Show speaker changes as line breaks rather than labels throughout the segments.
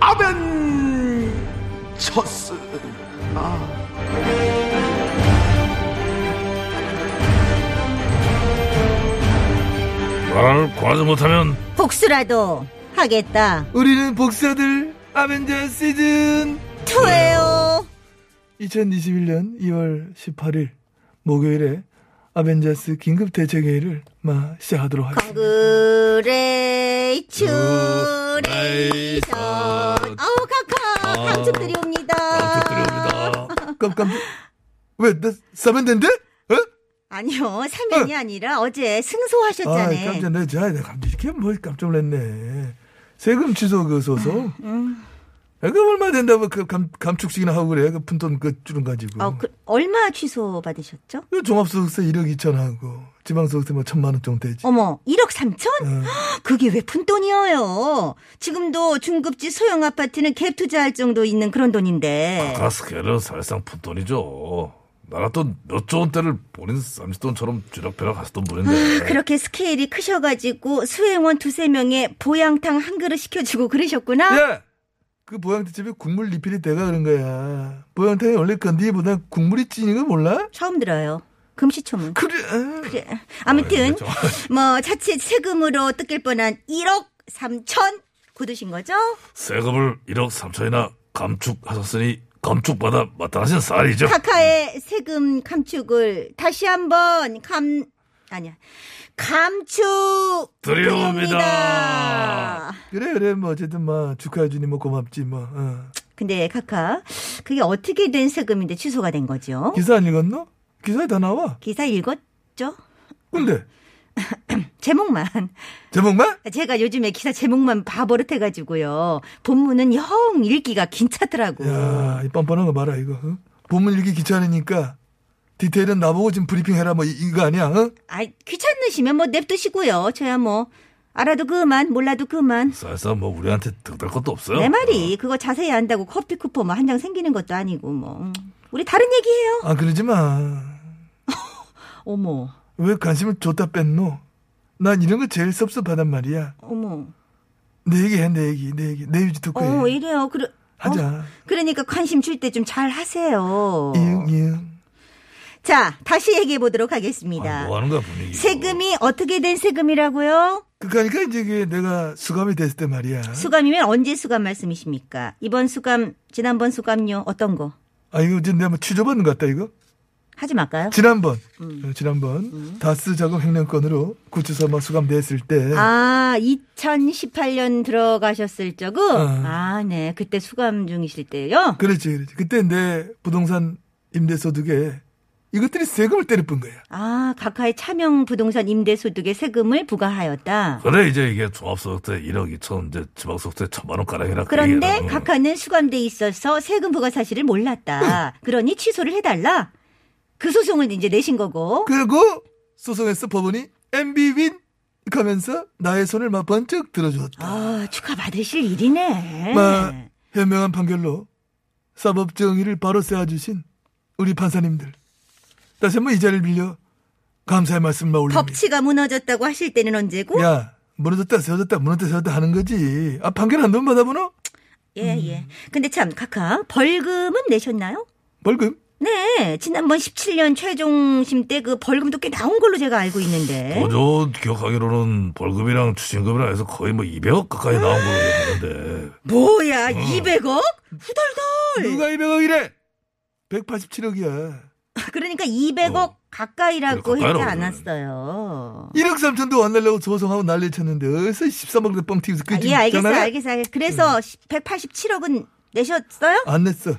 아벤처스.
나라를 구하지 못하면
복수라도 하겠다.
우리는 복사들 아벤져 시즌
투예요.
2021년 2월 18일 목요일에 아벤져스 긴급 대책회의를 마 시작하도록 하겠습니다.
컨그레이츄레이션. 아우 카카
아,
감축드립니다.
깜깜. 왜? 나 사면된데? 어?
아니요, 사면이 아니라 어제
아,
승소하셨잖아요.
깜짝 놀랐지. 내가 이렇게 뭘 깜짝 놀랐네. 세금 취소 그 소송. 그 얼마 된다고 그 감, 감축식이나 하고 그래. 그 푼돈 그 주름 가지고.
어, 그, 얼마 취소 받으셨죠?
그 종합소득세 1억 2천 하고 지방소득세 뭐 천만 원 정도 되지.
어머, 1억 3천?
어.
그게 왜 푼돈이어요? 지금도 중급지 소형 아파트는 갭 투자할 정도 있는 그런 돈인데.
가스케일은 사실상 푼돈이죠. 나라 돈 몇 조 원대를 본인 쌈짓돈처럼 쥐락펴락 하셨던 분인데
아, 그렇게 스케일이 크셔가지고 수행원 두세 명에 보양탕 한 그릇 시켜주고 그러셨구나.
야! 그 보양탕집에 국물 리필이 돼가 그런 거야. 보양탕이 원래 건디보다 국물이 찐인 거 몰라?
처음 들어요. 금시초문.
그래. 아,
그래. 아무튼
그렇죠.
뭐 자칫 세금으로 뜯길 뻔한 1억 3천 굳으신 거죠?
세금을 1억 3천이나 감축하셨으니 감축받아 마땅하신 쌀이죠.
카카의 세금 감축을 다시 한번 감 아니야 감축
드리옵니다.
그래, 그래. 뭐, 어쨌든, 뭐, 축하해주니 뭐 고맙지, 뭐. 어.
근데 카카 그게 어떻게 된 세금인데 취소가 된 거죠?
기사 안 읽었나? 기사에 다 나와.
기사 읽었죠?
근데,
제목만
제목만?
제가 요즘에 기사 제목만 바버릇 해가지고요. 본문은 영 읽기가 괜찮더라고.
야, 이 뻔뻔한 거 봐라, 이거. 어? 본문 읽기 귀찮으니까, 디테일은 나보고 지금 브리핑해라, 뭐, 이- 이거 아니야, 어?
아, 귀찮으시면 뭐 냅두시고요. 저야 뭐 알아도 그만, 몰라도 그만.
사실상 뭐 우리한테 득달 것도 없어요.
내 말이 그거 자세히 안다고 커피 쿠폰 뭐 한 장 생기는 것도 아니고 뭐. 음. 우리 다른 얘기해요.
아, 그러지 마.
어머,
왜 관심을 줬다 뺐노? 난 이런 거 제일 섭섭하단 말이야.
어머.
내 얘기해, 내 얘기, 내 얘기. 내 얘기 듣고
어,
해.
이래요. 그래. 어,
네. 하자.
그러니까 관심 줄 때 좀 잘 하세요.
이응, 이응.
자, 다시 얘기해 보도록 하겠습니다.
아, 뭐 하는 거야 분위기.
세금이 어떻게 된 세금이라고요?
그러니까 이제 이게 내가 수감이 됐을 때 말이야.
수감이면 언제 수감 말씀이십니까? 이번 수감, 지난번 수감요 어떤 거?
아, 이거 지금 내가 뭐 취조받는 것 같다, 이거?
하지 말까요?
지난번,
음.
어, 지난번, 다스 자금 횡령건으로 구치소 막 수감됐을 때.
아, 2018년 들어가셨을 적은
어.
아, 네. 그때 수감 중이실 때요.
그렇지, 그렇지. 그때 내 부동산 임대소득에 이것들이 세금을 때려 본 거야.
아, 각하의 차명 부동산 임대 소득의 세금을 부과하였다.
근데 이제 이게 종합소득세 1억 2천 이제 지방소득세 천만 원 가량이라
그런데
얘기해라.
각하는 수감돼 있어서 세금 부과 사실을 몰랐다. 그러니 취소를 해달라. 그 소송을 이제 내신 거고.
그리고 소송에서 법원이 MB윈! 하면서 나의 손을 막 번쩍 들어주었다.
아, 축하받으실 일이네.
마, 현명한 판결로 사법 정의를 바로 세워주신 우리 판사님들 다시 한번 이 자리를 빌려 감사의 말씀만 올립니다.
법치가 무너졌다고 하실 때는 언제고?
야 무너졌다 세워졌다 무너졌다 세워졌다 하는 거지. 아 판결 안 돈 받아보노?
예, 예. 근데 참, 카카, 벌금은 내셨나요?
벌금?
네, 지난번 17년 최종심 때 그 벌금도 꽤 나온 걸로 제가 알고 있는데.
보조 기억하기로는 벌금이랑 추징금이랑 해서 거의 뭐 200억 가까이 나온 걸로 기억하는데
뭐야, 200억? 후덜덜!
누가 200억이래? 187억이야.
그러니까 200억
어.
가까이라고
그래,
했지
가까이라고
않았어요.
1억 3천도 안 날려고 소송하고 난리 쳤는데 어디서 13억대 뻥 튀기면서
아,
그
예, 알겠어요,
장난해?
알겠어요, 알겠어요. 그래서 187억은 내셨어요?
안 냈어.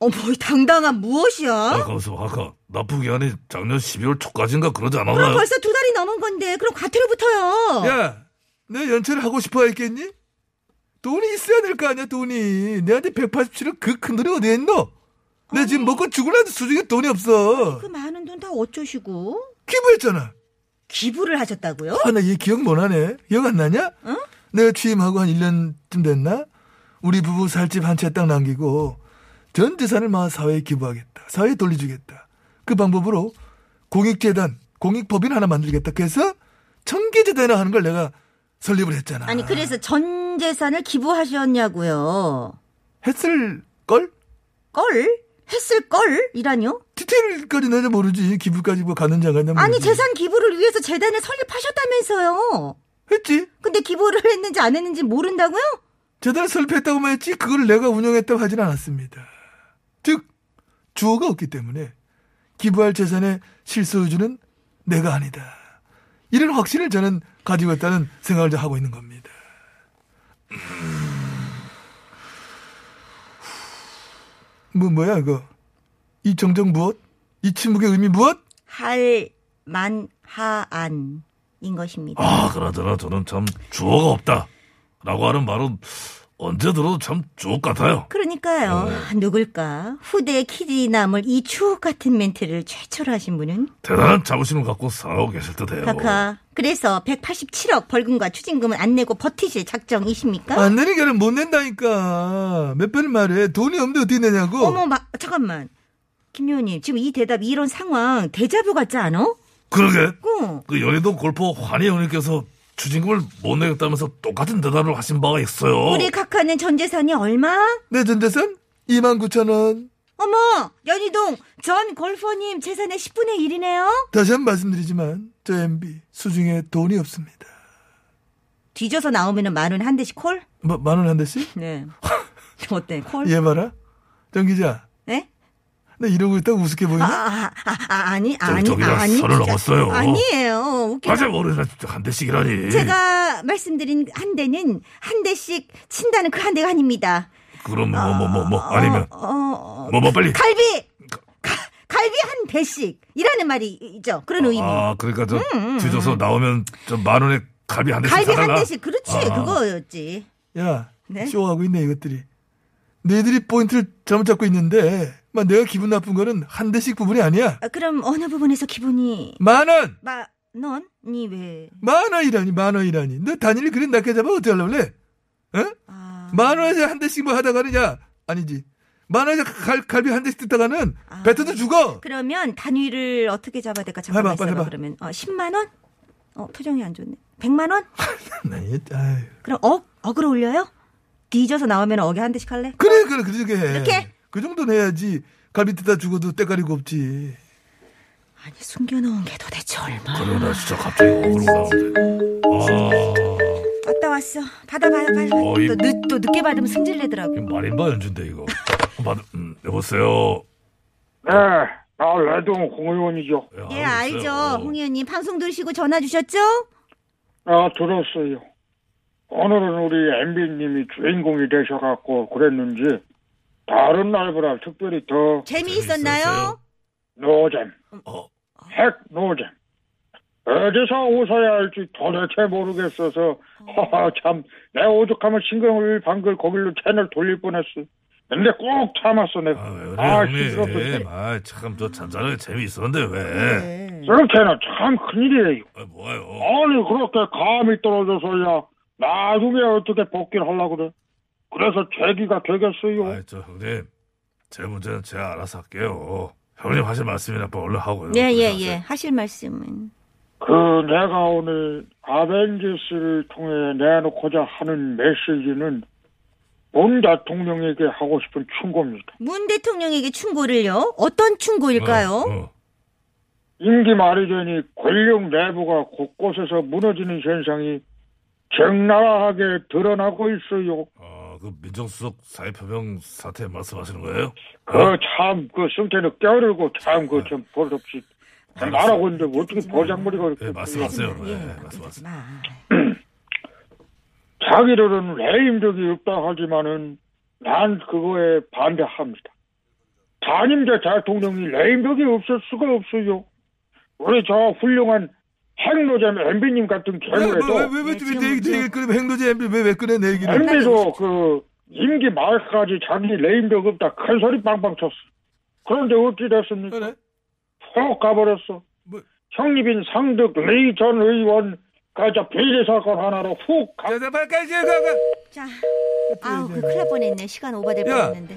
어머, 이 당당한 무엇이야?
아까 무슨 아까 납부 기한이 작년 12월 초까지인가 그러지 않았나요?
그럼 벌써 두 달이 넘은 건데, 그럼 과태료 붙어요.
야, 너 연체를 하고 싶어 했겠니? 돈이 있어야 될 거 아니야 돈이 내한테 187억 그 큰 돈이 어디에 있노 내 지금 먹고 죽을라도 수중에 돈이 없어
그 많은 돈 다 어쩌시고?
기부했잖아
기부를 하셨다고요?
아, 나 얘 기억 못하네. 기억 안 나냐? 내가 취임하고 한 1년쯤 됐나? 우리 부부 살 집 한 채 딱 남기고 전 재산을 마 사회에 기부하겠다. 사회에 돌려주겠다. 그 방법으로 공익재단, 공익법인 하나 만들겠다. 그래서 청계재단이라 하는 걸 내가 설립을 했잖아.
아니 그래서 전 재산을 기부하셨냐고요?
했을 걸?
걸? 했을 걸이라뇨?
디테일까지 내가 모르지. 기부까지 뭐 가는지 안 가는지.
아니
모르지.
재산 기부를 위해서 재단을 설립하셨다면서요?
했지.
근데 기부를 했는지 안 했는지 모른다고요?
재단을 설립했다고만 했지 그걸 내가 운영했다고 하진 않았습니다. 즉 주어가 없기 때문에 기부할 재산의 실소유주는 내가 아니다. 이런 확신을 저는 가지고 있다는 생각을 이제 하고 있는 겁니다. 뭐 뭐야 이거 이 정정 무엇? 이 침묵의 의미 무엇?
할만하안인 것입니다.
아, 그나저나 저는 참 주어가 없다. 라고 하는 말은 언제 들어도 참 주옥 같아요.
그러니까요. 아,
어.
누굴까? 후대의 키디 남을 이 추억 같은 멘트를 최초로 하신 분은
대단한 자부심을 갖고 살아오고 계실 듯해요.
어.
카카. 그래서 187억 벌금과 추징금은 안 내고 버티실 작정이십니까?
안 내는 게아니못 낸다니까 몇 번을 말해 돈이 없는데 어떻게 내냐고
어머, 마, 잠깐만. 김요님, 지금 이 대답, 이런 상황, 데자뷰 같지 않아?
그러게.
어.
그 연희동 골프 환희 형님께서 추징금을 못 내겠다면서 똑같은 대답을 하신 바가 있어요.
우리 카카는 전 재산이 얼마?
내 네, 전재산 2만 9천 원
어머, 연희동, 전 골퍼님 재산의 10분의 1이네요?
다시 한 번 말씀드리지만 저 MB 수중에 돈이 없습니다.
뒤져서 나오면 은 만원 한 대씩 콜?
마, 뭐, 만원 한 대씩?
네. 어때, 콜?
예.
얘 봐라. 정 기자.
네?
나 이러고 있다고 우습게 보이나?
아, 아, 아, 아니,
저기,
아니,
저기가
아니.
선을
진짜.
넘었어요.
아니에요. 웃기
맞아, 모르나 진짜 한 대씩이라니.
제가 말씀드린 한 대는 한 대씩 친다는 그 한 대가 아닙니다.
그럼 뭐 뭐 뭐 뭐 아니면
어, 어,
뭐 뭐 빨리.
갈비! 가- 갈비 한 배씩이라는 말이 있죠. 그런 의미.
아 그러니까 저 뒤져서 나오면 저 만 원에 갈비 한 대씩
갈비 한
사달라.
대씩. 그렇지.
아.
그거였지.
야,
네?
쇼하고 있네 이것들이. 너희들이 포인트를 잘못 잡고 있는데 막 내가 기분 나쁜 거는 한 대씩 부분이 아니야.
아, 그럼 어느 부분에서 기분이
만 원!
만원이 왜?
만 원이라니 만 원이라니. 너 단일 그림 낮게 잡아 어떻게 하려고 그래? 어?
아,
만 원에서 한 대씩 뭐 하다가는 야 아니지. 만 원에서 갈, 갈비 한 대씩 뜯다가는
아.
뱉어도 죽어.
그러면 단위를 어떻게 잡아야 될까? 잠깐만
해봐, 빨리
있어봐.
해봐.
그러면 어, 10만 원? 어, 표정이 안 좋네. 100만 원?
아니, 아유.
그럼 억 억으로 올려요? 뒤져서 나오면 억에 한 대씩 할래?
그래 그래 그렇게 해.
이렇게?
그 정도는 해야지 갈비 뜯다 죽어도 때깔이고 없지.
아니 숨겨놓은 게 도대체 얼마?
그러나 진짜 갑자기 억울로 나오는데. 아
왔다 왔어. 받아봐요, 빨리.
어이.
또, 늦, 또 늦게 받으면 승질내더라고.
이거 말인바 연주인데 이거. 받, 음, 여보세요.
네, 나 레동 홍 의원이죠.
야,
예,
여보세요.
알죠.
어.
홍 의원님 방송 들으시고 전화 주셨죠?
아, 들었어요. 오늘은 우리 MB님이 주인공이 되셔갖고 그랬는지 다른 날보다 특별히 더
재미있었나요?
노잼,
어,
핵 노잼. 어디서 웃어야 할지 도대체 모르겠어서 하하 참내 오죽하면 신경을 방글 거길로 채널 돌릴 뻔했어. 근데 꼭 참았어 내가.
아, 왜
아,
그래, 형님.
시끄럽다.
아, 참, 저 잔잔하게 재미있었는데, 왜?
네.
저렇게는 참 큰일이에요.
아, 뭐가요?
아니 그렇게 감이 떨어져서야 나중에 어떻게 복귀를 하려고 그래 그래서 죄기가 되겠어요
아, 저, 형님. 제 문제는 제가 알아서 할게요. 형님 하실 말씀이나 빨리 얼른 하고요. 어,
네, 예, 예. 하실 말씀은.
그 내가 오늘 아벤지스를 통해 내놓고자 하는 메시지는 문 대통령에게 하고 싶은 충고입니다
문 대통령에게 충고를요? 어떤 충고일까요?
어, 어.
임기 말이 되니 권력 내부가 곳곳에서 무너지는 현상이 적나라하게 드러나고 있어요
아, 그 민정수석 사회표명 사태 말씀하시는 거예요?
그 참그 승태는 껴들고 참 그 좀 버릇없이 나라고 있는데 어떻게 보장머리가
예,
이렇게
말씀하세요. 예,
네, 그러지
말씀하세요.
마.
자기들은 해임 적이 없다 하지만은 난 그거에 반대합니다. 단임자 대통령이 레임덕이 없을 수가 없어요. 우리 저 훌륭한 핵노잼 MB님 같은 경우에도
뭐, 왜왜왜왜내 얘기 내 얘기 끄면 행로제 MB 왜왜 끄내 내 얘기를?
MB도 그 임기 말까지 자기 레임벽 없다 큰 소리 빵빵 쳤어. 그런데 어찌 됐습니까?
그래.
폭 가버렸어.
뭐-
형님인 상득 레이 전 의원 가자 비리 사건 하나로 훅 가.
야, 나 빨리 가, 가, 가.
자, 아우 그 큰일 날 뻔했네. 시간 오버될
야.
뻔했는데.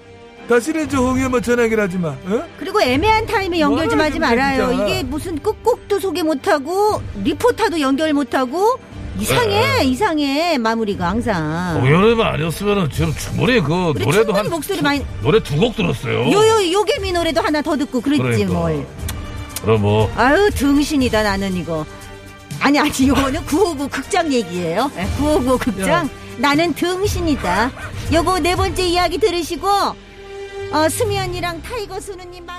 다시는 저 홍이 엄마 전화 연결하지 마. 어?
그리고 애매한 타임에 연결 좀
뭐하는
하지
건데,
말아요.
진짜.
이게 무슨 꾹꾹도 소개 못하고 리포터도 연결 못하고
네.
이상해 이상해 마무리가 항상.
공연회만 아니었으면은 지금 충분히 그
우리
어, 예, 노래도
아. 충분히
한
목소리 많이
노래 두 어. 곡 들었어요.
요요 요괴미 노래도 하나 더 듣고 그랬지 뭐.
그러니까.
뭘.
그럼 뭐
아유 등신이다 나는 이거 아니 아니 이거는 959 극장 얘기예요 959 극장 나는 등신이다 요거 네 번째 이야기 들으시고 어, 수미 언니랑 타이거 수누님 마